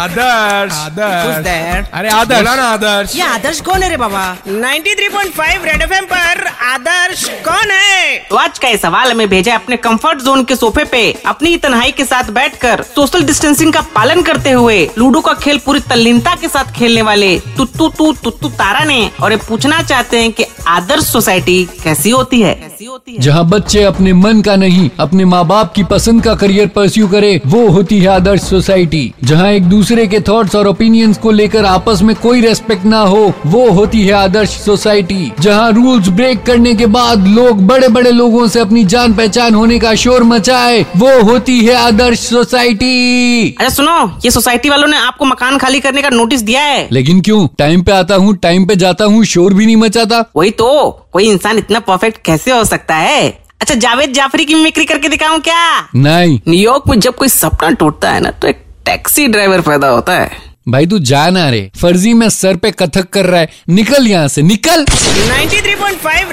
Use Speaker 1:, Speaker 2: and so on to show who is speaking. Speaker 1: Adarsh
Speaker 2: Who's there?
Speaker 1: अरे आदर्श बोला ना आदर्श
Speaker 2: ये आदर्श कौन है रे बाबा
Speaker 3: 93.5 रेड एफएम पर आदर्श कौन है
Speaker 2: तो आज का ये सवाल हमें भेजा है अपने कंफर्ट जोन के सोफे पे अपनी तन्हाई के साथ बैठकर सोशल डिस्टेंसिंग का पालन करते हुए लूडो का खेल पूरी तल्लीनता के साथ खेलने वाले तुत्तू तू तुत्तू तारा ने और ये पूछना चाहते हैं कि आदर्श सोसाइटी कैसी होती है कैसी होती है
Speaker 4: जहां बच्चे अपने मन का नहीं अपने माँ बाप की पसंद का करियर परस्यू करे वो होती है आदर्श सोसाइटी जहां एक दूसरे के थॉट्स और ओपिनियंस को लेकर आपस में कोई रेस्पेक्ट ना हो वो होती है आदर्श सोसाइटी जहां रूल्स ब्रेक करने के बाद लोग बड़े बड़े लोगों से अपनी जान पहचान होने का शोर मचाए वो होती है आदर्श सोसाइटी
Speaker 2: अच्छा सुनो ये सोसाइटी वालों ने आपको मकान खाली करने का नोटिस दिया है
Speaker 4: लेकिन क्यों टाइम पे आता हूँ टाइम पे जाता हूँ शोर भी नहीं मचाता
Speaker 2: वही तो कोई इंसान इतना परफेक्ट कैसे हो सकता है अच्छा जावेद जाफरी की मिक्री करके दिखाऊं क्या
Speaker 4: नहीं
Speaker 2: न्यूयॉर्क में जब कोई सपना टूटता है ना तो एक टैक्सी ड्राइवर पैदा होता है
Speaker 4: भाई तू जा ना रे फर्जी में सर पे कथक कर रहा है निकल यहाँ से निकल
Speaker 3: 93.5